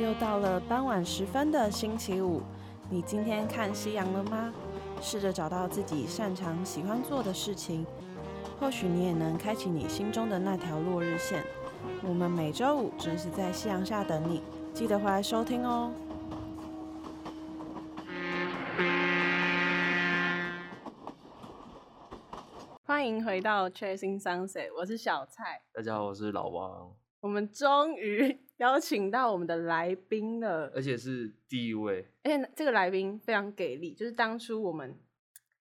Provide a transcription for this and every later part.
又到了傍晚时分的星期五，你今天看夕阳了吗？试着找到自己擅长、喜欢做的事情，或许你也能开启你心中的那条落日线。我们每周五准时在夕阳下等你，记得回来收听哦。欢迎回到 Chasing Sunset，我是小蔡。大家好，我是老王，我们终于邀请到我们的来宾了，而且是第一位，而且这个来宾非常给力，就是当初我们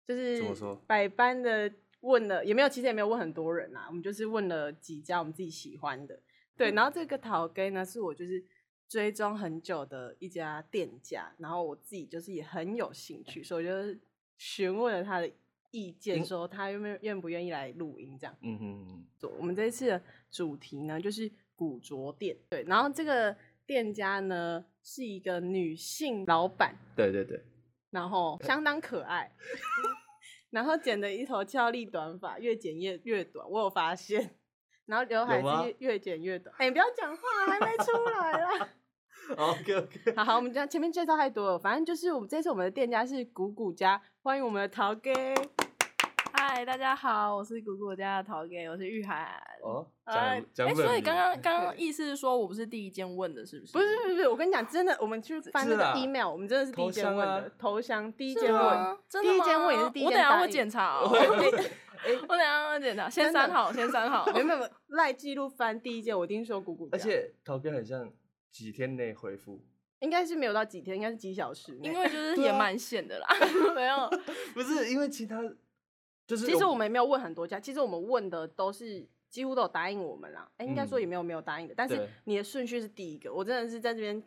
就是怎么说百般的问了，也没有，其实也没有问很多人啊，我们就是问了几家我们自己喜欢的，对，然后这个陶给呢是我就是追踪很久的一家店家，然后我自己就是也很有兴趣，所以我就询问了他的意见，嗯说他愿不愿不愿意来录音这样。嗯哼嗯做。我们这一次的主题呢，就是古着店。对，然后这个店家呢是一个女性老板，哼，对对对，然后呃相当可 爱，然后剪的一头俏丽短发，越剪越越短，我有发现。然后刘海有吗是越越剪越短，哎、你不要讲话，还没出来 啦。 ，OK OK，好好，我们讲前面介绍太多了，反正就是我们这次我们的店家是谷谷家，欢迎我们的陶哥。嗨，大家好，我是古古家的陶给，我是玉涵。 哦，哎讲讲哎、本名，所以刚刚刚刚意思是说我不是第一件问的，是不是？不是不是不是，我跟你讲，真的，我们去翻那是个啊 email，我们真的是第一投间问箱啊的投降，第一是间问吗，真的吗第一间问也是第一间我等下答会应 检查、哦，会 会我等下会检查，先真的删好，先删好。 没有没有没有赖记录翻第一件，我一定说姑姑家，而且陶哥很像几天内回复，应该是没有到几天，应该是几小时内，因为就是对也啊蛮 险的啦，没有。不是因为其他，就是其实我们也没有问很多家，其实我们问的都是。几乎都有答应我们啦，哎、应该说嗯也没有没有答应的，但是对你的顺序是第一个，我真的是在这边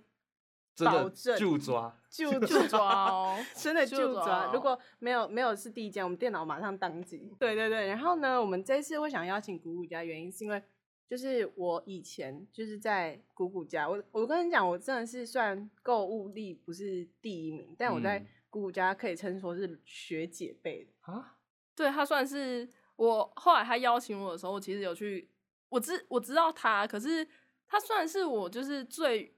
真保证的 就抓，就 就抓哦， 真的就就抓。抓如果没有没有是第一间，我们电脑马上宕机。对对对，然后呢，我们这一次会想邀请谷谷家，原因是因为就是我以前就是在谷谷家，我我跟你讲，我真的是虽然购物力不是第一名，但我在嗯谷谷家可以称说是学姐辈的。啊，对他算是我后来他邀请我的时候，我其实有去，我知我知道他，可是他算是我就是最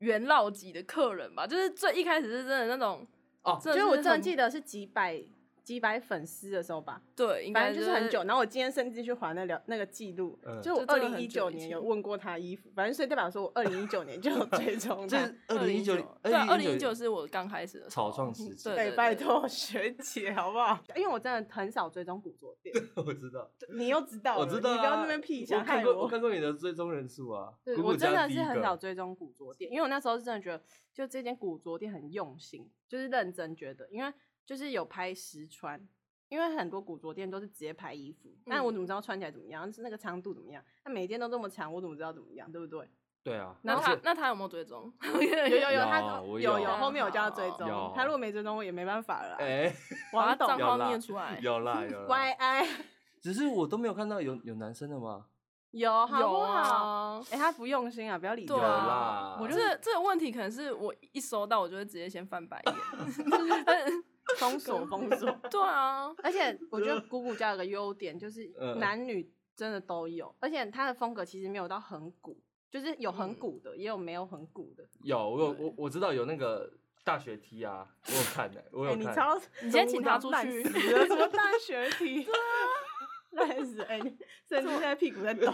元老级的客人吧，就是最一开始是真的那种哦真的就是我是真的很记得是几百几百粉丝的时候吧，对，应反该正就是很久。然后我今天甚至去还那了那个记录，嗯就我就二真零的一很九久以年前有问过他衣服，反正所以代表说我二零一九年 就有追踪这他。二零一九，对，二零2019一九是我刚开始的时草候创时期对对，拜托学姐好不好？因为我真的很少追踪古着店， 我知道，你又知道了，我知道啊，你不要在那边屁我想害看过我看过你的追踪人数啊，对，姑姑我真家的第是一很个少追踪古着店，因为我那时候是真的觉得，就这间古着店很用心，就是认真觉得，因为就是有拍实穿，因为很多古着店都是直接拍衣服，但嗯我怎么知道穿起来怎么样，是那个长度怎么样？那每一件都这么长，我怎么知道怎么样，对不 对？对啊，那而他且那他有没有追踪？ 有有有，有他啊我有有后面我叫他追有踪，他如果没追踪我也没办法了啦。哎，把王他董账有号啦念出来。有 啦有啦， YI 只是我都没有看到有有男生的吗？有好有不好？啊，哎、他不用心啊，不要理他。对啦啊，我这这个问题可能是我一收到，我就会直接先翻白眼。 就是封锁封锁。对啊，而且我觉得姑姑家有个优点就是嗯男女真的都有，而且他的风格其实没有到很古，就是有很古的，也有没有很古的。有，我有我我知道有那个大学 T 啊，我有看的、我哎、有你看。超，你先请他出去烂死了 什么大学题？ 烂死！哎、你甚至现在屁股在抖。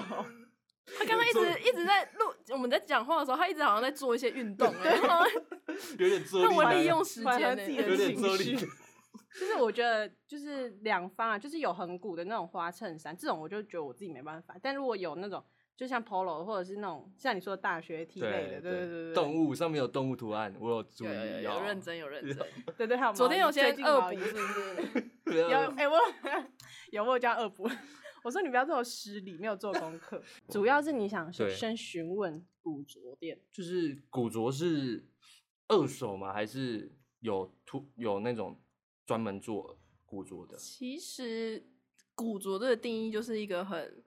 他刚刚一直一直在录，我们在讲话的时候，他一直好像在做一些运动、欸，然后有点坐让立我难利用安，时缓和间、自己欸，的有点情坐立绪。就是我觉得，就是两方啊，就是有很鼓的那种花衬衫，这种我就觉得我自己没办法。但如果有那种，就像 polo 或者是那种像你说的大学 T 类的，对对对，动物，物上面有动物图案，我有注意有有有有 认，真有认真。对对，还有昨天有些些恶恶补是不是？有有哎、我有我有叫他恶补，我说你不要这么失礼，没有做功课，主要是你想先对先询问古着店，就是古着是二手吗？还是有图有那种专门做古着的？其实古着这个定义就是一个很，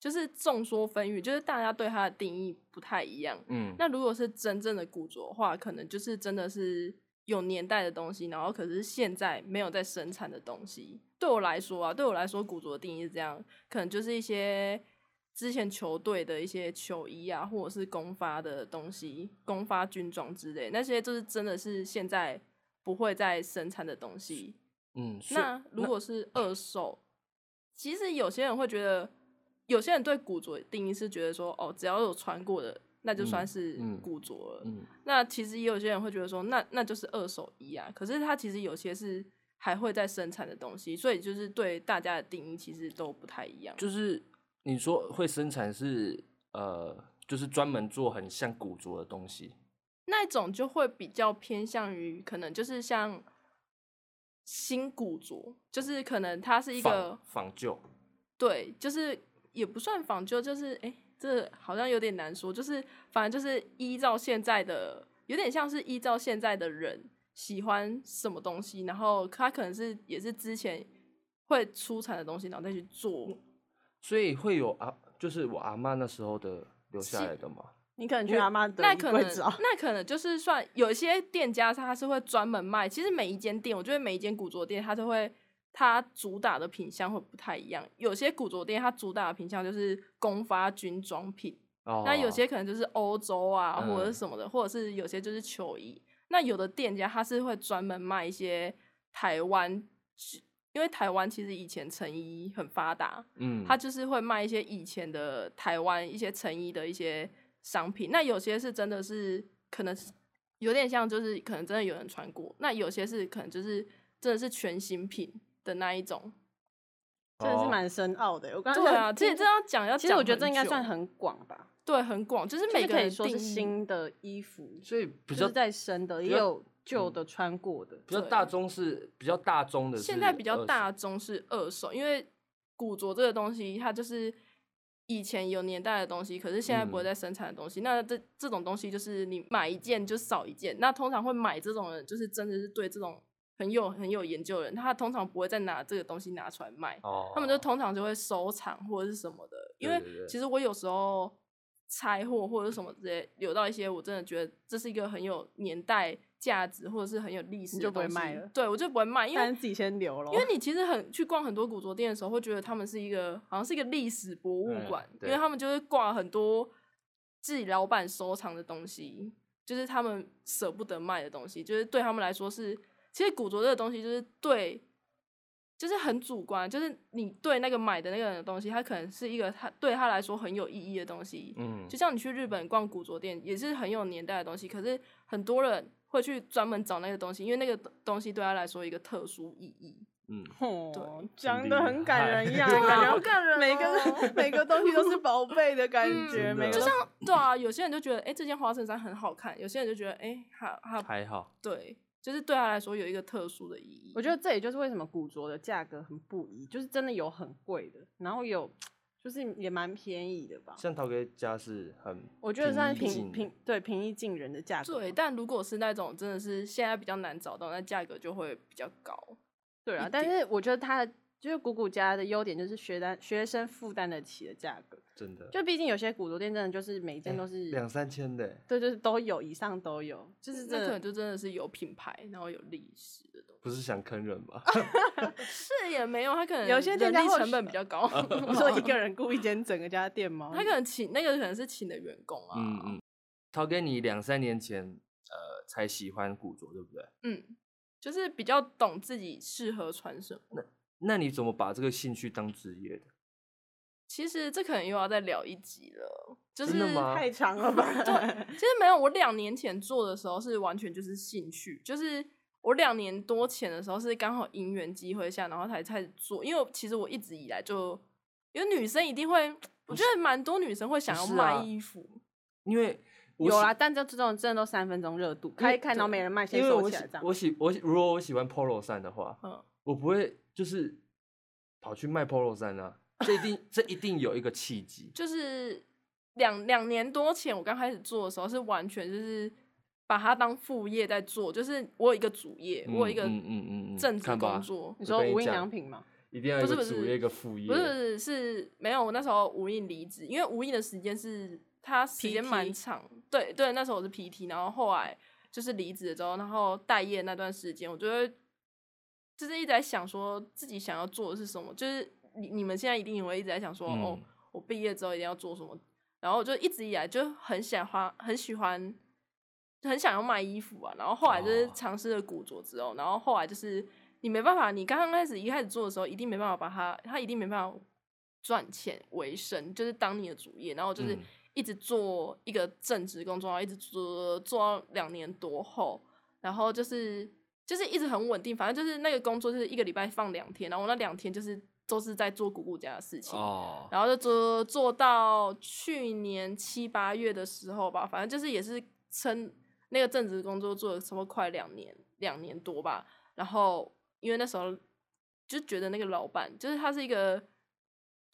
就是众说纷纭，就是大家对它的定义不太一样。嗯，那如果是真正的古着的话，可能就是真的是有年代的东西，然后可是现在没有在生产的东西。对我来说啊，对我来说，古着的定义是这样，可能就是一些之前球队的一些球衣啊，或者是公发的东西、公发军装之类，那些就是真的是现在不会再生产的东西。嗯，所以那如果是二手，其实有些人会觉得，有些人对古着的定义是觉得说，哦，只要有穿过的，那就算嗯是嗯古着了。嗯那其实也有些人会觉得说，那那就是二手衣啊。可是它其实有些是还会再生产的东西，所以就是对大家的定义其实都不太一样。就是你说会生产是呃，就是专门做很像古着的东西，那种就会比较偏向于可能就是像新古着，就是可能它是一仿个仿旧，对，就是也不算仿旧，就是诶，这好像有点难说，就是反正就是依照现在的，有点像是依照现在的人喜欢什么东西，然后他可能是也是之前会出产的东西，然后再去嗯做。所以会有啊，就是我阿妈那时候的留下是来的嘛。你可能因去为阿妈的那衣可柜能 找，那可能就是算有一些店家他是会专门卖，其实每一间店，我觉得每一间古着店它都会。它主打的品相会不太一样，有些古着店它主打的品相就是公发军装品，哦，那有些可能就是欧洲啊，嗯或者是什么的，或者是有些就是球衣。那有的店家他是会专门卖一些台湾，因为台湾其实以前成衣很发达，嗯，他就是会卖一些以前的台湾一些成衣的一些商品。那有些是真的是可能是有点像，就是可能真的有人穿过。那有些是可能就是真的是全新品的那一种。真的是哦蛮深奥的。我刚刚对就啊，这听这要讲要讲很久，其实我觉得这应该算很广吧，对很广，就是就是每个可以人说是定义新的衣服，所以比就较是在生的，比也较有旧的穿过的。比较对大宗是比较大宗的是二手，现在比较大宗是二手，因为古着这个东西，它就是以前有年代的东西，可是现在不会嗯再生产的东西。那这这种东西就是你买一件就少一件。那通常会买这种人，就是真的是对这种很有很有研究的人，他通常不会再拿这个东西拿出来卖，哦，他们就通常就会收藏或者是什么的。因对为对对其实我有时候。拆货或者是什么之类，有到一些我真的觉得这是一个很有年代价值，或者是很有历史你的就不会东西卖了对我就不会卖，因为但是自己先留了，因为你其实很去逛很多古着店的时候，会觉得他们是一个好像是一个历史博物嗯馆，因对为他们就会挂很多自己老板收藏的东西，就是他们舍不得卖的东西，就是对他们来说是，其实古着这个东西就是对，就是很主观，就是你对那个买的那个人的东西，他可能是一个他对他来说很有意义的东西，嗯就，像你去日本逛古着店，也是很有年代的东西，可是很多人会去专门找那个东西，因为那个东西对他来说有一个特殊意义。嗯， 哦对讲很的厉很感害人一样，对啊感好觉感人每个哦每个东西 都是宝贝的感觉，嗯每个就都像对啊，有些人就觉得，哎、这件花衬衫很好看；有些人就觉得，哎、它它还好，对，就是对他来说有一个特殊的意义。 我觉得这也就是为什么古着的价格很不一，就是真的有很贵的，然后有就是也蛮便宜的吧。像陶哥家是很，我觉得算是平平平对平易近人的价格吧，对，但如果是那种真的是现在比较难找到，那价格就会比较高。对啊一。但点是我觉得它的就是古古家的优点就是学单学生负担得起的价格，真的，就毕竟有些古着店真的就是每一件都是、哎两三千的欸，对，就是都有以上都有，就是那真可能的就真的是有品牌，然后有历史的东不是想坑人吧？西。是也没有，他可能有些店人家力或成许本比较 高。你说一个人雇一间整个家店吗？他 可能请那个可能是请的员工啊，嗯嗯，陶哥，你两三年前呃才喜欢古着，对不对？嗯，就是比较懂自己适合穿什么。那你怎么把这个兴趣当职业的？其实这可能又要再聊一集了，就是真的吗太长了吧？ 对，其实没有，我两年前做的时候是完全就是兴趣，就是我两年多前的时候是刚好因缘机会下，然后才开始做。因为其实我一直以来就，因为女生一定会，我觉得蛮多女生会想要不是啊卖衣服，因为 有我喜啦，，但这这种真的都三分钟热度，开一开然后没人卖，先因为收我起喜来这样。我喜我喜如果我喜欢 polo 衫的话，嗯，我不会就是跑去卖 polo 衫啊，这一定这一定有一个契机。就是两两年多前我刚开始做的时候是完全就是把它当副业在做，就是我有一个主业，我有一个嗯嗯嗯嗯正职看吧工作。你我说跟你无印讲良品吗？一定要有一不是个不是主业一个副业，不是是没有，我那时候无印离职，因为无印的时间是它时间 PT 蛮长，对对，那时候我是 PT，然后后来就是离职了之后，然后待业那段时间，我就会就是一直在想说自己想要做的是什么，就是你你们现在一定也会一直在想说、哦嗯，我毕业之后一定要做什么。然后我就一直以来就很喜欢，很喜欢，很想要卖衣服啊。然后后来就是哦尝试了古着之后，然后后来就是你没办法，你刚刚开始一开始做的时候，一定没办法把它，它一定没办法赚钱为生，就是当你的主业。然后就是嗯一直做一个正职工作，然后一直做做到两年多后，然后就是就是一直很稳定，反正就是那个工作就是一个礼拜放两天，然后我那两天就是都是在做姑姑家的事情。哦，然后就做做到去年七八月的时候吧，反正就是也是撑那个正职工作做了差不多快两年，两年多吧。然后因为那时候就觉得那个老板就是他是一个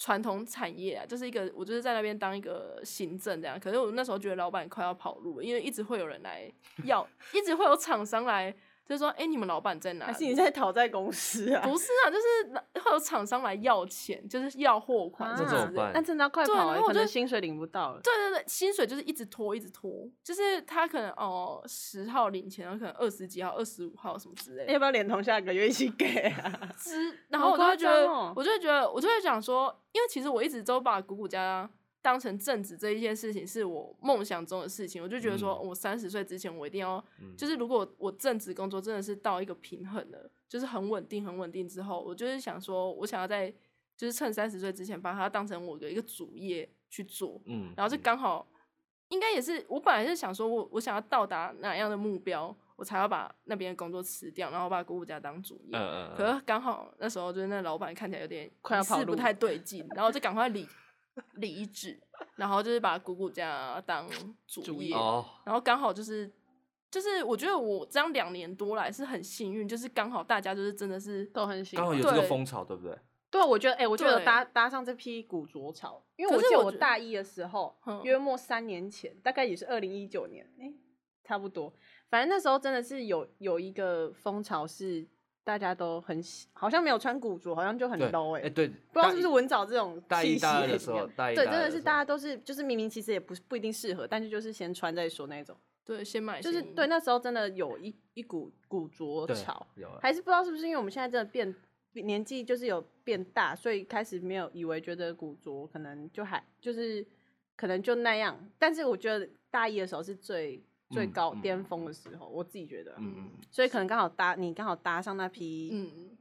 传统产业啊，就是一个我就是在那边当一个行政这样。可是我那时候觉得老板快要跑路了，因为一直会有 人来要，一直会有厂商来，就是说，哎、你们老板在哪里？还是你在讨债公司啊？不是啊，就是会有厂商来要钱，就是要货款啊什么那怎之么类办的。那真的要快对啊跑、然欸，后我可能就薪水领不到了。对对对，薪水就是一直拖，一直拖，就是他可能哦十号领钱，然后可能二十几号、二十五号什么之类 的要不要连同下个月一起给啊？之，然好后我就夸会觉得，张哦我就会觉得，我就会想说，因为其实我一直都把谷谷家当成正职这一件事情是我梦想中的事情，我就觉得说，嗯我三十岁之前我一定要，嗯就是如果我正职工作真的是到一个平衡了，就是很稳定、很稳定之后，我就是想说，我想要在就是趁三十岁之前把它当成我的一个主业去做，嗯然后就嗯刚好，应该也是我本来是想说我我想要到达哪样的目标，我才要把那边的工作辞掉，然后把姑姑家当主业。嗯嗯，可嗯是刚好那时候就是那老板看起来有点快要疑似跑路不太 对劲，然后就赶快离离职，然后就是把姑姑家当主主业业，哦，然后刚好就是就是我觉得我这样两年多来是很幸运，就是刚好大家就是真的是都很喜刚好欢有。这个对风潮，对不对？对，我觉得，哎、我觉得对搭搭上这批古着潮，因为可我是记得我我觉大一的时候嗯，约莫三年前，大概也是二零一九年，哎、差不多。反正那时候真的是有有一个风潮是大家都很喜，好像没有穿古着，好像就很对 low 欸哎、哎，对，不知道大是不一是文藻这种大一气息大二还的是时怎么候样大一对，大真二的的是时大家都是就是明明其实也不是不一定适合，但是就是先穿再说那种。对先买就是先对，那时候真的有一一股古着对潮，有啊了还是不知道是不是因为我们现在真的变年纪就是有变大，所以开始没有以为觉得古着可能就还就是可能就那样，但是我觉得大一的时候是最最嗯高嗯巅峰的时候，我自己觉得啊，嗯嗯，嗯所以可能刚好搭你刚好搭上那批嗯。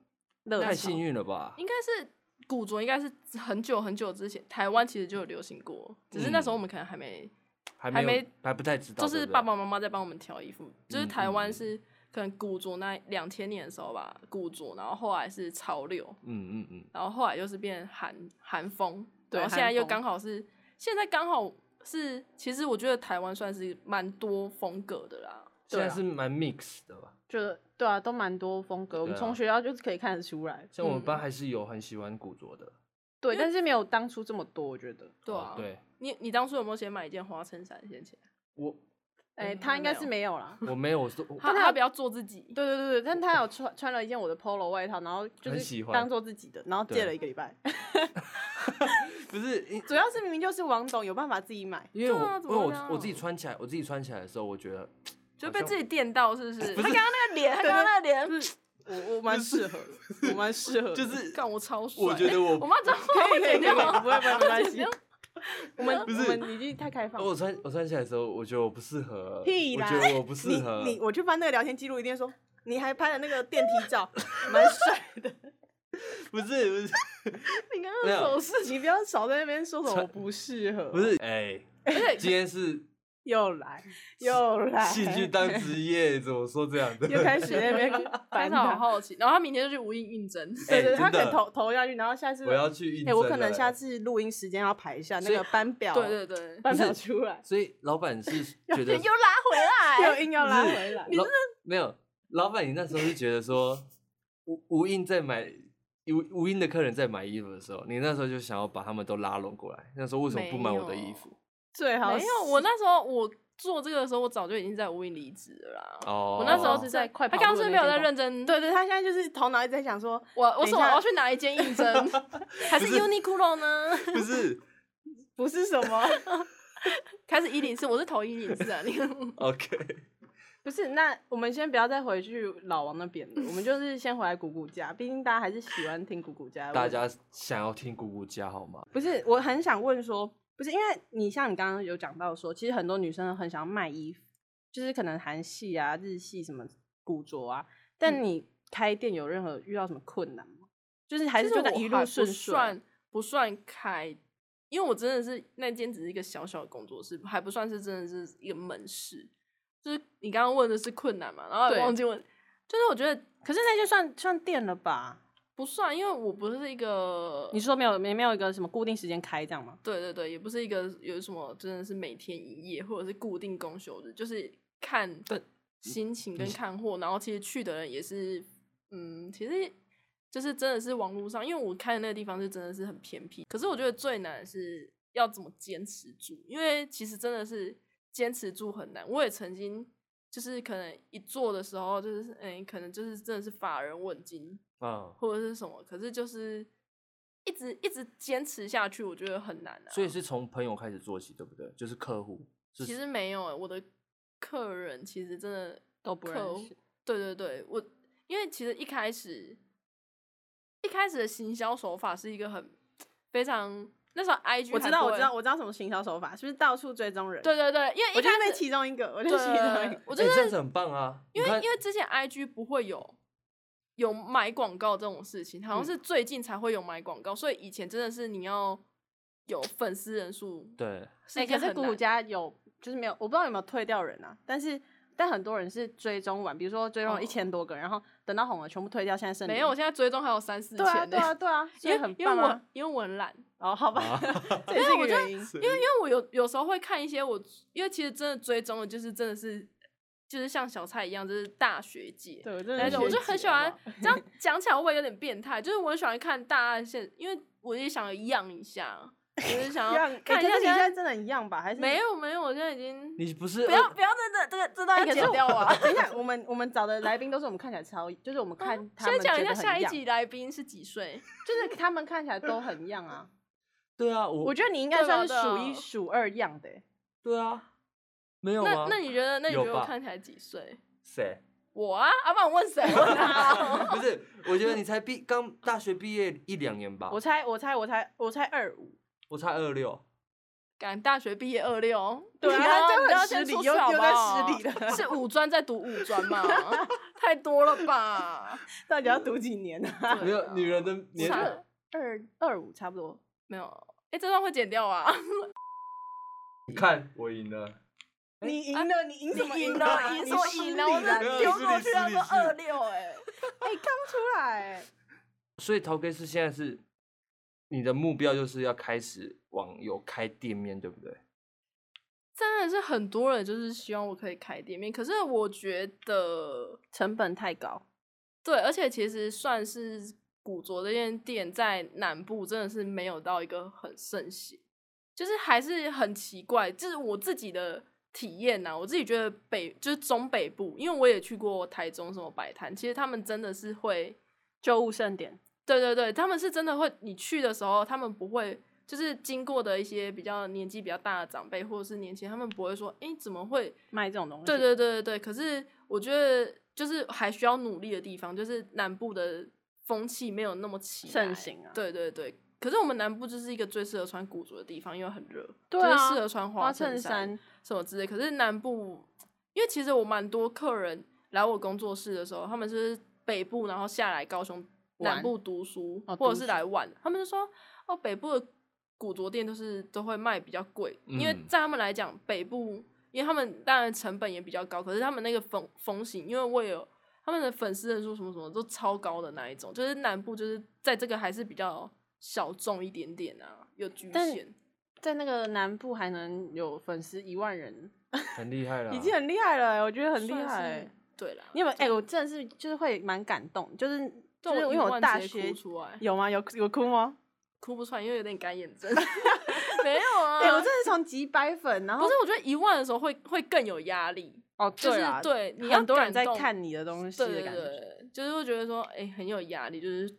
热太潮幸运了吧？应该是古着，应该是很久很久之前，台湾其实就有流行过，只是那嗯时候我们可能还没，还还没有没还不太知道，就对是不对爸爸妈妈在帮我们挑衣服，就是嗯台湾嗯是可能古着那两千年的时候吧，古着，然后后来是潮流，嗯嗯嗯，然后后来又是变韩韩风，对然后现在又韩风刚好是现在刚好是，其实我觉得台湾算是蛮多风格的啦，现对在啊是蛮 mix 的吧？就对啊，都蛮多风格，我们对啊从学校就是可以看得出来，像我们班嗯还是有很喜欢古着的，对，但是没有当初这么多，我觉得。对哦啊，对，你你当初有没有先买一件花衬衫先起来？我哎、嗯他应该没是有没有啦，我没有，我是我他他不要做自己，对对对对，但他有穿穿了一件我的 polo 外套，然后就很是喜欢当做自己的，然后借对了一个礼拜。不是因主要是明明就是王董有办法自己买，因为我对啊因怎为么我了我自己穿起来，我自己穿起来的时候，我觉得就好被像自己电到是不是？不他是刚刚那个脸，他刚刚那个脸，我我蛮适合的，我蛮适合的， 就是 干我超帅。我觉得我我妈知道可以可以可以，不会我不会没关系剪掉。我们不是我们已经太开放了我。穿我穿起来的时候，我觉得我不适合，屁我啦！觉得我不适合，你你我去翻那个聊天记录，一定说你还拍了那个电梯 照，蛮帅的。不是不是你刚没刚手有势，你不要少在那边说什么穿我不适合，不是，哎， 而今且哎天 是又来又来戏剧当职业，怎么说这样的？又开始在那 边他烦好他。好奇，然后他明天就去无印 应征。对对，哎他真可以的投投下去，然后下次我要去应哎，我征可能了欸下次录音时间要排一下那所以个班表，对对对，班表不出来，所以老板是觉得又拉回来。 又硬要拉不是回来。老没有，老板你那时候是觉得说无无印在买无无印的客人在买衣服的时候，你那时候就想要把他们都拉拢过来。那时候为什么不买我的衣服？最好没有，我那时候我做这个的时候，我早就已经在无印离职了啦。哦，我那时候是在在快他跑刚路刚的那是没间有在公认真。对对，他现在就是头脑一直在想说，我我等一什么下我要去哪一间 应征？还是不是 Uniqlo 呢？ 不是不是什么，开始一零四，我是投一零四啊，你 OK，不是，那我们先不要再回去老王那边了， 我们就是先回来姑姑家，毕竟大家还是喜欢听姑姑家的大问家想要听姑姑家好吗？不是，我很想问说，不是因为你像你刚刚有讲到说，其实很多女生很想要卖衣服，就是可能韩系啊、日系什么古着啊，嗯但你开店有任何遇到什么困难吗？就是还其是实就在我一还路不顺顺算不算开，因为我真的是那间只是一个小小的工作室，还不算是真的是一个门市。就是你刚刚问的是困难嘛，然后对也忘记问，就是我觉得可是那就算算店了吧？不算，因为我不是一个，你是说没有没没有一个什么固定时间开这样吗？对对对，也不是一个有什么真的是每天营业或者是固定公休日，就是看但心情跟看货，然后其实去的人也是，嗯，其实就是真的是网络上，因为我看的那个地方是真的是很偏僻，可是我觉得最难的是要怎么坚持住，因为其实真的是坚持住很难。我也曾经就是可能一做的时候，就是哎、可能就是真的是法人问津，嗯，或者是什么，可是就是一直一直坚持下去，我觉得很难啊。所以是从朋友开始做起，对不对？就是客户，是其实没有欸、我的客人其实真的都不认客户识，对对对，我因为其实一开始一开始的行销手法是一个很非常那时候 IG 我知还道不我会知道，我知道什么行销手法，是不是到处追踪人？对，对对，因为我一就是开那始其中一个，我就是其中一对个，。我哎、真的这样子很棒啊！因为你看因为之前 IG 不会有有买广告这种事情，好像嗯是最近才会有买广告，所以以前真的是你要有粉丝人数，对是哎、一可个是很古古难。家有就是没有，我不知道有没有退掉人啊，但是但很多人是追踪完，比如说追踪了哦一千多个，然后等到红了全部退掉，现在剩没零有，我现在追踪还有三四千对啊呢、 对啊对啊， 所以因为很因为棒我啊。因为我很懒，哦，好吧，啊，这也是一个原因。因为因为我有有时候会看一些我，因为其实真的追踪的就是真的是就是像小蔡一样，就是大学姐， 对，我真那的种，我就很喜欢好不好。 这样讲起来，会不会有点变态？就是我很喜欢看大家的现，因为我也想要样一下，啊我就 想一样，要哎看一可下是你现在现在。真的一样吧？还是没？有没有，我现在已经你不是呃不要不要这这这个这段哎可要是剪掉 啊！等一下，我们我们找的来宾都是我们看起来超，就是我们看他先们讲觉一得下很下一样集来宾是几岁？就是他们看起来都很样啊。对啊，我我觉得你应该对算吧是数对啊一数二样的欸、对啊，没 有啊那吗？那你觉得那你觉有得我吧看起来几岁？谁？ 我啊，阿爸问谁？问 他。不是，我觉得你才毕刚大学毕业一两年吧，我我猜，我猜，我猜，我猜二五。我才二六，赶大学毕业二六， 对啊你他就要你要很先失礼出去又好又不在好失礼了 是五专在读五专吗？太多了吧？ 到底要读几年啊？对没有啊女人的年差龄， 二二五差不多。没有，哎、这段会剪掉啊！你看我赢了，你赢啊了，你赢什么你赢赢啊 了，你赢说失赢礼了，了我真没的有丢失过礼去，他失说礼二六，哎，哎，看不出来欸。所以陶哥是现在是你的目标就是要开始往有开店面，对不对？真的是很多人就是希望我可以开店面，可是我觉得成本太高，对，而且其实算是古着这间店在南部真的是没有到一个很盛行，就是还是很奇怪，这、是我自己的体验呐、我自己觉得北就是中北部，因为我也去过台中什么摆摊，其实他们真的是会，就物盛典。对对对，他们是真的会，你去的时候他们不会。就是经过的一些比较年纪比较大的长辈或者是年轻人，他们不会说，哎、怎么会卖这种东西，对对对对对，可是我觉得就是还需要努力的地方，就是南部的风气没有那么起来盛行啊对对对，可是我们南部就是一个最适合穿古着的地方，因为很热，对啊就是适合穿花衬衬衫，什么之类。可是南部，因为其实我蛮多客人来我工作室的时候，他们是北部，然后下来高雄玩南部读书，哦或读者是书来玩，他们就说哦，北部的古着店都是都会卖比较贵，因为嗯在他们来讲，北部因为他们当然成本也比较高，可是他们那个风风行，因为我也有。他们的粉丝人数什么什么都超高的那一种，就是南部就是在这个还是比较小众一点点啊，有局但限。在那个南部还能有粉丝一万人，很厉害了，已经很厉害了欸，我觉得很厉算害是欸。。对啦，你有没有？哎，我真的是就是会蛮感动，就是就对是因我为一我万大直接学哭出来，有吗？有有哭吗？哭不出来，因为有点干眼 症。没有啊，哎，我真的是从几百粉，然后不是，我觉得一万的时候会会更有压力，哦，就是啊，对你要很多人感在动看你的东西对的对感觉。对，就是会觉得说，哎、很有压力，就是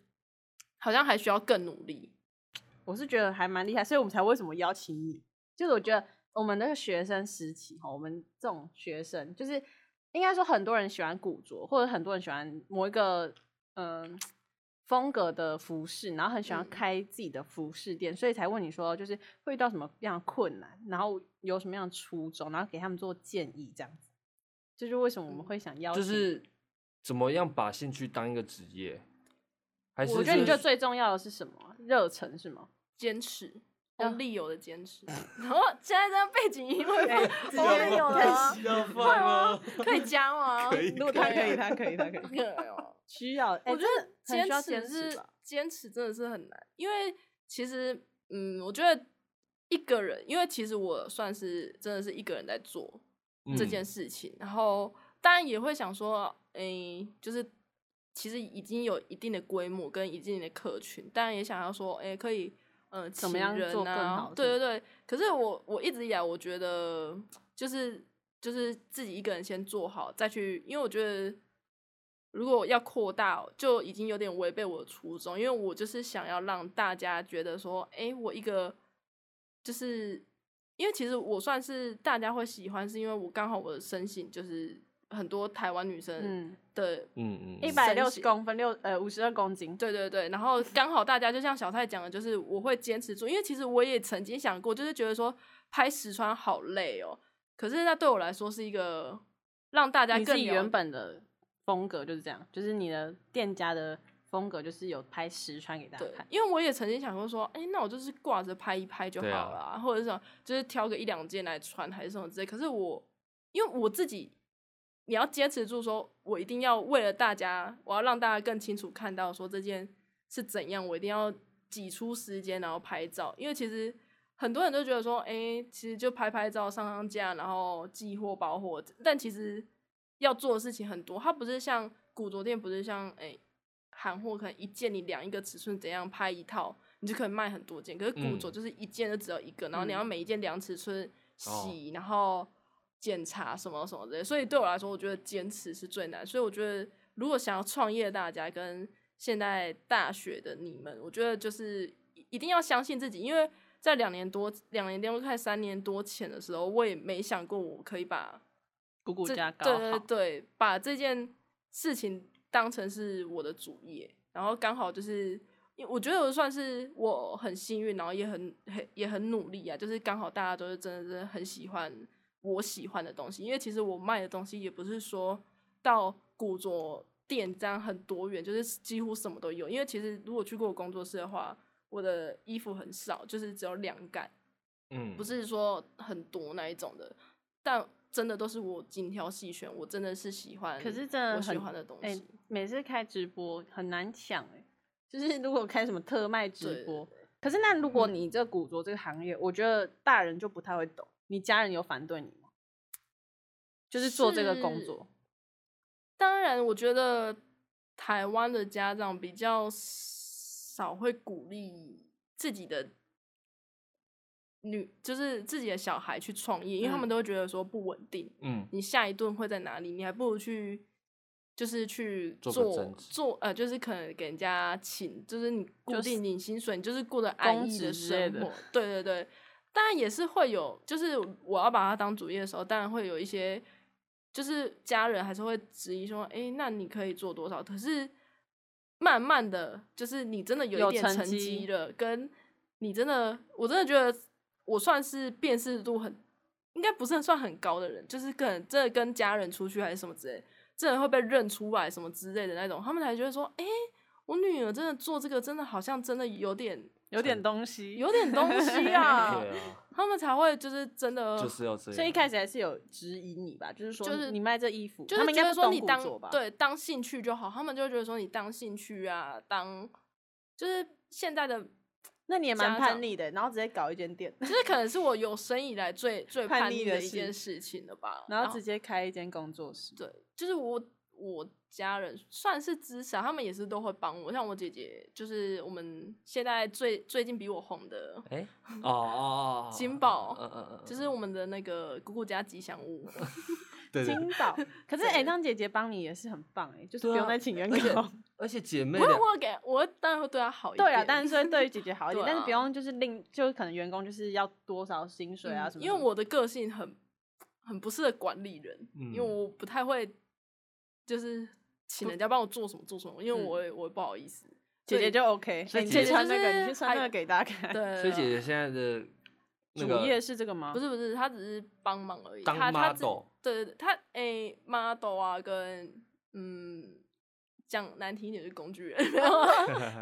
好像还需要更努力。我是觉得还蛮厉害，所以我们才为什么邀请你？就是我觉得我们那个学生时期哈，我们这种学生就是应该说很多人喜欢古着，或者很多人喜欢某一个嗯、风格的服饰，然后很喜欢嗯开自己的服饰店，所以才问你说，就是会遇到什么样的困难，然后有什么样的初衷，然后给他们做建议，这样子。这就是为什嗯么我们会想邀请，就是怎么样把兴趣当一个职业，还是我觉得你觉就得是最重要的是什么啊？热忱是 吗？坚持。啊红利有的坚持， 然后现在这样背 景音会放己红利有的啊要会 吗？可以加吗？可以如果他可以，他可以，他可以，可以哦。 需要。哎我觉真得的很需要坚持持是吧坚持真的是很难，因为其实嗯，我觉得一个人，因为其实我算是真的是一个人在做这嗯件事，事情，然后当然也会想说，诶、就是其实已经有一定的规模跟一定的客群，当然也想要说，诶、可以呃，怎么请样人做更啊好对是对对，可是我我一直以来我觉得就是就是自己一个人先做好，再去，因为我觉得如果要扩大，就已经有点违背我的初衷，因为我就是想要让大家觉得说，哎、我一个就是因为其实我算是大家会喜欢，是因为我刚好我的身形就是很多台湾女生嗯，的嗯嗯一嗯，百六身十形公分，六呃五十二公斤，对对对，然后刚好大家就像小蔡讲的，就是我会坚持住，因为其实我也曾经想过，就是觉得说拍实穿好累哦，可是那对我来说是一个让大家你自更己了原本的风格就是这样，就是你的店家的风格就是有拍实穿给大家对看，，因为我也曾经想过说，哎、那我就是挂着拍一拍就好对啊了啊、或者是什么，就是挑个一两件来穿还是什么之类。可是我因为我自己，你要坚持住说我一定要为了大家，我要让大家更清楚看到说这件是怎样，我一定要挤出时间然后拍照，因为其实。很多人都觉得说，哎、其实就拍拍照、上上架，然后寄货、包货，但其实要做的事情很多。它不是像古着店，不是像哎、韩货，可能一件你量一个尺寸怎样拍一套，你就可以卖很多件。可是古着嗯就是一件就只有一个，然后你要嗯每一件量尺寸、哦洗，然后检查什么什么之类。所以对我来说，我觉得坚持是最难。所以我觉得，如果想要创业，大家跟现在大学的你们，我觉得就是一一定要相信自己，因为在两年多、两年多快三年多前的时候，我也没想过我可以把股骨这架高对对好。对，把这件事情当成是我的主业，然后刚好就是，因为我觉得我算是我很幸运，然后也很很也很努力啊，就是刚好大家都是真的真的很喜欢我喜欢的东西，因为其实我卖的东西也不是说到古着店这样很多元，就是几乎什么都有，因为其实如果去过我工作室的话，我的衣服很少，就是只有两杆。嗯不是说很多那一种的，但真的都是我精挑细选，我真的是喜欢，可是真的我喜很欢的东哎、西。每次开直播很难抢哎、就是如果开什么特卖直对嗯播，可是那如果你这古着这个行业，我觉得大人就不太会懂。你家人有反对你吗？就是做这个工是作，当然，我觉得台湾的家长比较少会鼓励自己的女，就是自己的小孩去创业，因为他们嗯都会觉得说不稳定，嗯你下一顿会在哪里？你还不如去，就是去做做个正职做呃，就是可能给人家请，就是你固就是定领薪水，你就是过得公安逸职的之类生的活。对对对，当然也是会有，就是我要把它当主业的时候，当然会有一些，就是家人还是会质疑说，诶，那你可以做多少？可是慢慢的，就是你真的有有一点成成绩绩了，跟你真的，我真的觉得我算是辨识度很，应该不是算很高的人，就是可能真的跟家人出去还是什么之类，真的会被认出来什么之类的那种，他们才觉得说，诶，我女儿真的做这个，真的好像真的有点有点东西，有点东西 啊对，啊，他们才会就是真的就是要这样。所以一开始还是有质疑你吧，就是说，啊就是你卖这衣服，就他是们觉应该不得说懂你古当着吧？，对当兴趣就好，他们就会觉得说你当兴趣啊，当就是现在的，那你也蛮家叛长逆的，然后直接搞一间 店，就是可能是我有生以来最最叛叛逆逆的的一事件事情了吧。然后直接开一间工作室。对，就是我我家人算是支持、啊，他们也是都会帮我，像我姐姐，就是我们现在最最近比我红的，哎，哦哦哦，金宝嗯嗯嗯，就是我们的那个姑姑家吉祥物。对对，青岛，可是哎、欸让姐姐帮你也是很棒哎、就是不用对啊再请人而且搞。而且姐妹不会，俩 我有给我当然会对她好一点。对啊，但是会对于姐姐好一点，对啊但是不用就是另，就是可能员工就是要多少薪水啊嗯什么什么因为我的个性很很不适合管理人，因为嗯我不太会就是请人家帮我做什么做什么，因为嗯我也我也不好意思。姐所姐以就 OK，所以哎你姐去姐穿就那个，是你去穿那还个给大家看。对，所以姐姐现在的那主个业是这个吗？ 不，是不是，她只是帮忙而已。当她她自 model 对对对，她诶、model 啊，跟嗯讲难听一点就是工具人。 然后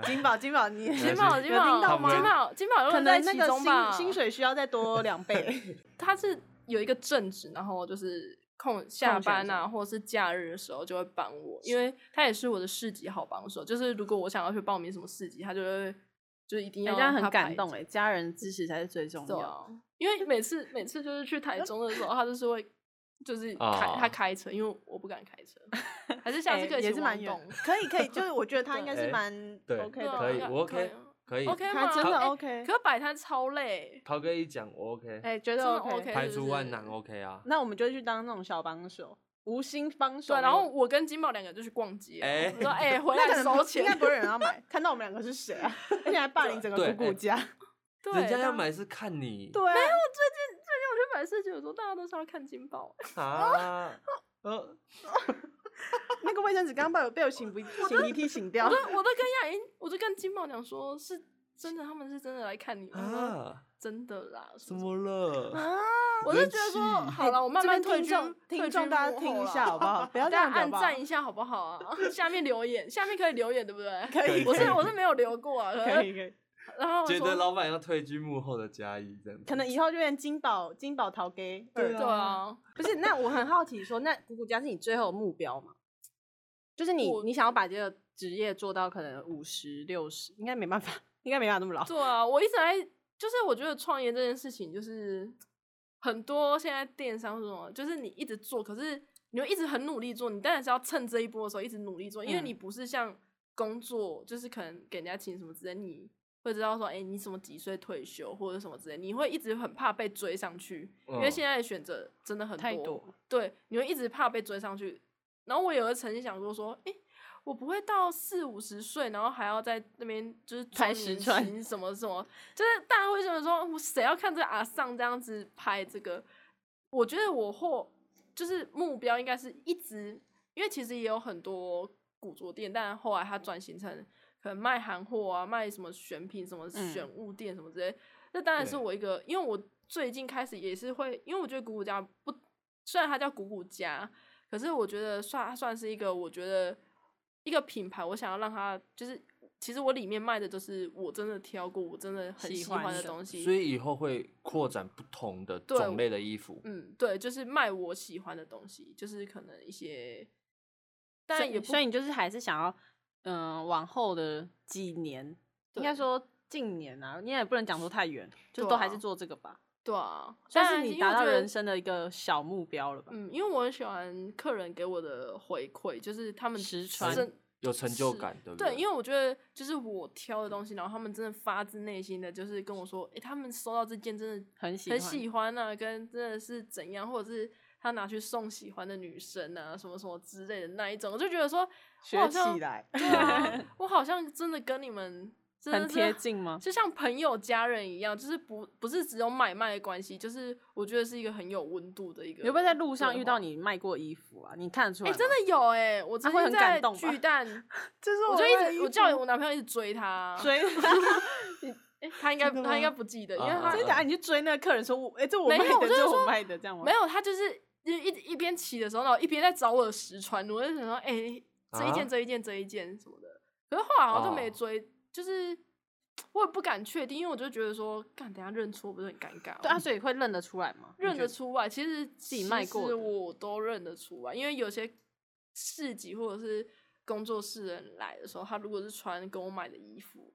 金宝，金宝，你金金宝宝有金宝听到吗金宝金宝有可人在能那其个中吧？薪薪水需要再 多两倍。他是有一个正职，然后就是空下空闲的班时啊，或者是假日的时候就会帮我，因为他也是我的市级好帮手。就是如果我想要去报名什么市级，他就会就一定要人家很他感排动着哎，家人支持才是最重对要。啊，因为每次每次就是去台中的时候，他就是会就是开、哦他开车，因为我不敢开 车，还是下次哎可以也请是王蛮远 董，可以可 以，就是我觉得他应该对是蛮对 OK 对啊的，可以，要我可以啊 OK，可以。 OK 他吗？真的哎 OK 可摆摊超累，涛哥一讲，我 OK，哎，觉真得的 OK。排是除不万是难 OK 啊。那我们就去当那种小帮手，无心帮手对，那种。然后我跟金宝两个就去逛街啊，哎我 说哎、回哦那来可能收不钱应，该不会有人要买。看到我们两个是谁 啊？而且还霸凌整对个姑姑家。对，人家当要然买是看 你对啊，我去买四九的时候，大家都是要看金宝，啊，呃，那个卫生纸刚刚被我啊 被我擤鼻擤鼻涕擤 掉我都。我都跟亚英，我就跟金宝讲说，是真的，他们是真的来看你，他说啊，真的啦，什怎么么了？啊！我就觉得说，人气好了，我慢这慢边退听居众，听众大家听一下好不 好？好？不要大这家样子好按不好赞一下好不好啊？下面留言，下面可以留言对不对？可以，我是可以我是没有留过啊，可以可以，然后我觉说得老板要退居幕后的嘉义这样子，可能以后就变金宝金宝陶给。对对啊，不是，那我很好奇说，那姑姑家是你最后的目标吗？就是你我你想要把这个职业做到可能五十六十，应该没办法，应该没办法那么老。对啊，我一直在，就是我觉得创业这件事情，就是很多现在电商是什么，就是你一直做，可是你会一直很努力做，你当然是要趁这一波的时候一直努力做，因为嗯你不是像工作，就是可能给人家请什么之类，你会知道说，哎、你什么几岁退休或者什么之类，你会一直很怕被追上去，因为嗯现在的选择真的很太多了对，你会一直怕被追上去。然后我也会曾经想过说，哎、我不会到四五十岁，然后还要在那边就是拍装实年穿轻什么什么，就是大家会觉得说，我谁要看这个阿尚这样子拍这个？我觉得我或就是目标应该是一直，因为其实也有很多古着店，但后来它转型成可能卖韩货啊，卖什么选品、什么嗯选物店什么之类。那当然是对我一个，因为我最近开始也是会，因为我觉得古古家不，虽然它叫古古家，可是我觉得算它算是一个，我觉得一个品牌，我想要让它就是，其实我里面卖的都是我真的挑过，我真的很喜喜欢欢的的东西。所以以后会扩展不同的对种我类的衣服，嗯，对，就是卖我喜欢的东西，就是可能一些，所但以也不所以你就是还是想要，嗯、往后的几年，应该对说近年啊，你也不能讲说太远，就对都还是啊做这个吧，对啊，算当是然你因为达我到觉得人生的一个小目标了吧？嗯，因为我很喜欢客人给我的回馈，就是他们实穿穿真有成就是感，对不对，因为为我觉得就是我挑的东西，然后他们真的发自内心的，就是跟我说，诶、他们收到这件真的很喜很欢，喜欢啊，跟真的是怎样，或者是他拿去送喜欢的女生啊，什么什么之类的那一种，我就觉得说，我学好像起，来，对啊，我好像真的跟你们真的很是贴近吗？就像朋友、家人一样，就是不不是只有买卖的关系，就是我觉得是一个很有温度的一个。你会不会在路上遇到你？你卖过衣服啊？你看得出哎、来？真，的有哎、我之啊他会前很感在动吧巨蛋， 就是我就一直我叫我男朋友一直追他，啊 追，哎、他应该真的他应该吗不记得，因啊为啊他啊真假？你去追那个客人说，我哎，这我 没卖有我的，就这是是我说卖的，这样吗？没有他就是一一一边骑的时候，然后一边在找我的实穿，我就想说，哎、这一啊件这一件这一件什么的，可是后来好像就没哦追，就是我也不敢确定，因为我就觉得说，干等一下认错不是很尴尬吗？对啊，所以会认得出来吗？你认觉得出来，其实己卖过其实的我都认得出来，因为有些市集或者是工作室的人来的时候，他如果是穿跟我买的衣服，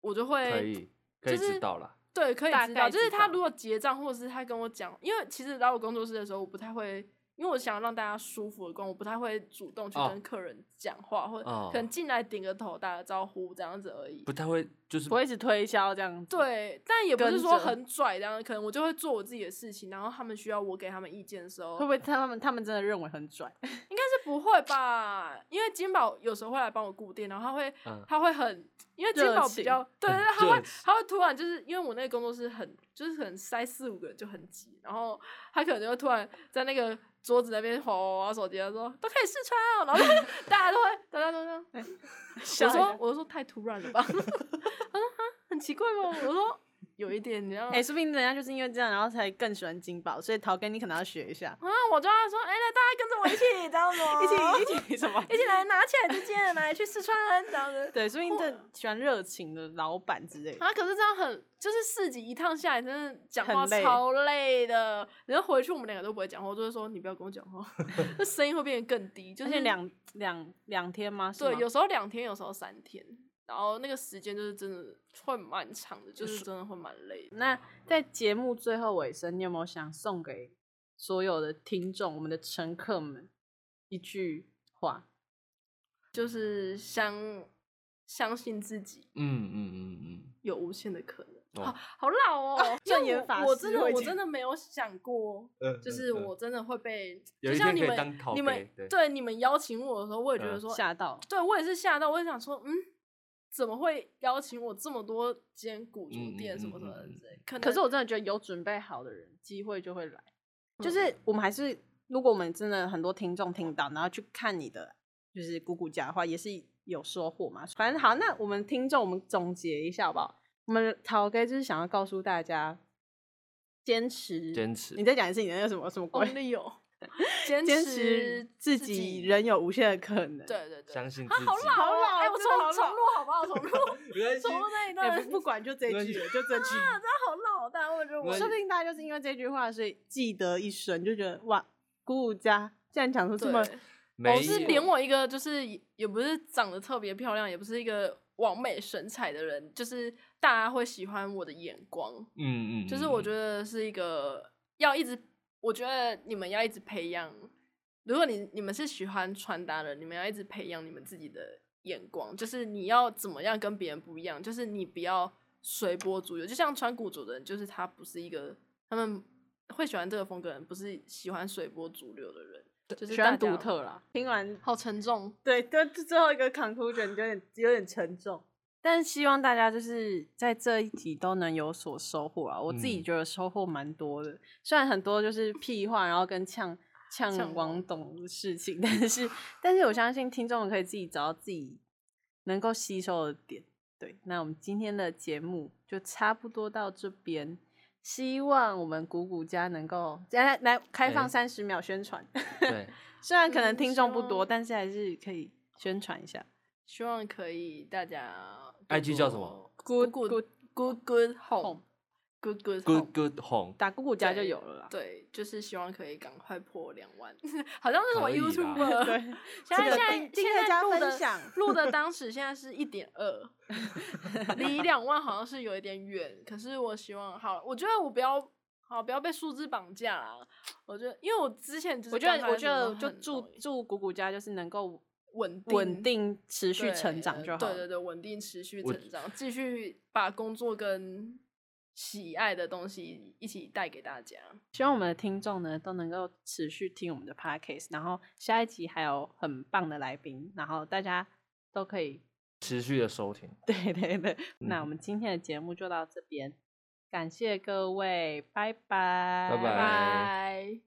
我就会可以可以就是知道了，对可以大知概道，就是知他道如果结账或者是他跟我讲，因为其实来我工作室的时候，我不太会，因为我想要让大家舒服的逛，我不太会主动去哦跟客人讲话，或者哦可能进来顶个头打个招呼这样子而已不。太会就是不会一直推销这样子。，对，但也不跟是着说很拽这样，可能我就会做我自己的事情，然后他们需要我给他们意见的时候，会不会他们他们真的认为很拽？应该是不会吧？因为金宝有时候会来帮我固定，然后他会、嗯他会很，因为金热宝情比较对，很对他会热情他会突然就是因为我那个工作室很就是可能塞四五个人就很挤，然后他可能就会突然在那个桌子那边划划划手机，他说都可以试穿哦，然后就大家都会大家都这样。我吓说人我说太突然了 吧？他说啊很奇怪吗？我说有一点，你知道吗？哎、说不定人家就是因为这样，然后才更喜欢金宝，所以陶根你可能要学一下，啊，我就要说，哎、来大家跟着我一起，这样子 哦，一起一起什么？一起来拿起来这件，来去四川这样子。对，说不定这喜欢热情的老板之类的。哦啊，可是这样很，就是四级一趟下来，真的讲话很累超累的。然后回去我们两个都不会讲话，我就会说你不要跟我讲话，那声音会变得更低。就而是且两两两天吗？是嗯对，吗有时候两天，有时候三天，然后那个时间就是真的会蛮长的，就是真的会蛮累的。那在节目最后尾声，你有没有想送给所有的听众、我们的乘客们一句话？就是相相信自己嗯嗯嗯嗯，有无限的可能。懂好好老哦，因正为言我法我师真的会我讲真的没有想过，嗯就是嗯嗯我真的会被，有就一像天你可以们当靠你们背对对你们邀请我的时候，我也觉得嗯说，吓到，对我也是吓到，我也想说，嗯，怎么会邀请我这么多间古嗯着嗯店什么嗯什么的嗯嗯之类？可可能是我真的觉得有准备好的人，机会就会来。就是我们还是，如果我们真的很多听众听到，然后去看你的就是姑姑家的话，也是有收获嘛。反正好，那我们听众我们总结一下好不好？我们陶哥就是想要告诉大家，坚持，坚持你再讲一次你的那个什么什么鬼？ only 有哦坚坚持持自己，仍有无限的可能。对对对。相信自他己。好老好哦，老哎，我真的好重重老录好不好？重录，没关系重录那一哎，段，不不管就这没一关系句了，就这句。他好老，但我觉得我没说不定大家就是因为这句话，所以记得一生，就觉得哇，姑姑家竟然讲出这么对没我哦是有连我一个就是也也不是长得特别漂亮，也不是一个完美神采的人，就是大家会喜欢我的眼光，嗯嗯，就是我觉得得是一个要一直，我觉得你们要一直培养。如果你你们是喜欢穿搭的，你们要一直培养你们自己的眼光，就是你要怎么样跟别人不一样，就是你不要随波逐流。就像穿古着的人，就是他不是一个他们会喜欢这个风格的人，不是喜欢随波逐流的人，就是喜欢大家独特啦。听完好沉重。对，就就最后一个 conclusion 有点有点沉重，但希望大家就是在这一集都能有所收获啊！我自己嗯觉得收获蛮多的，虽然很多就是屁话，然后跟呛呛呛王王董的事情，但是但是我相信听众们可以自己找到自己能够吸收的点。对，那我们今天的节目就差不多到这边。希望我们谷谷家能够来来开放哎三十秒宣传，对，虽然可能嗯听希众不多，望但是还是可以宣传一下。希望可以大家 IG 叫什么？Good Good Good- Good Good Home Good good Good Home good home，打姑姑家就对有了啦。对，就是希望可以赶快破两万， 好像是什么可以啦 YouTube。对，现在这个现在订订现阅在加录分的享录的当时现在是一点二， 离两万好像是有一点远。可是我希望好，我觉得我不要好不要被数字绑架啦。我觉得，因为我之前就是我觉刚得开我始觉得很就容祝易祝姑姑家就是能够稳稳定持续对成长呃就好对了。对对，稳定持续我成长，继续把工作跟喜爱的东西一起带给大家。希望我们的听众呢都能够持续听我们的 podcast，然后下一集还有很棒的来宾，然后大家都可以。 持续的收听，对对对，那嗯我们今天的节目就到这边，感谢各位，拜拜，拜拜拜。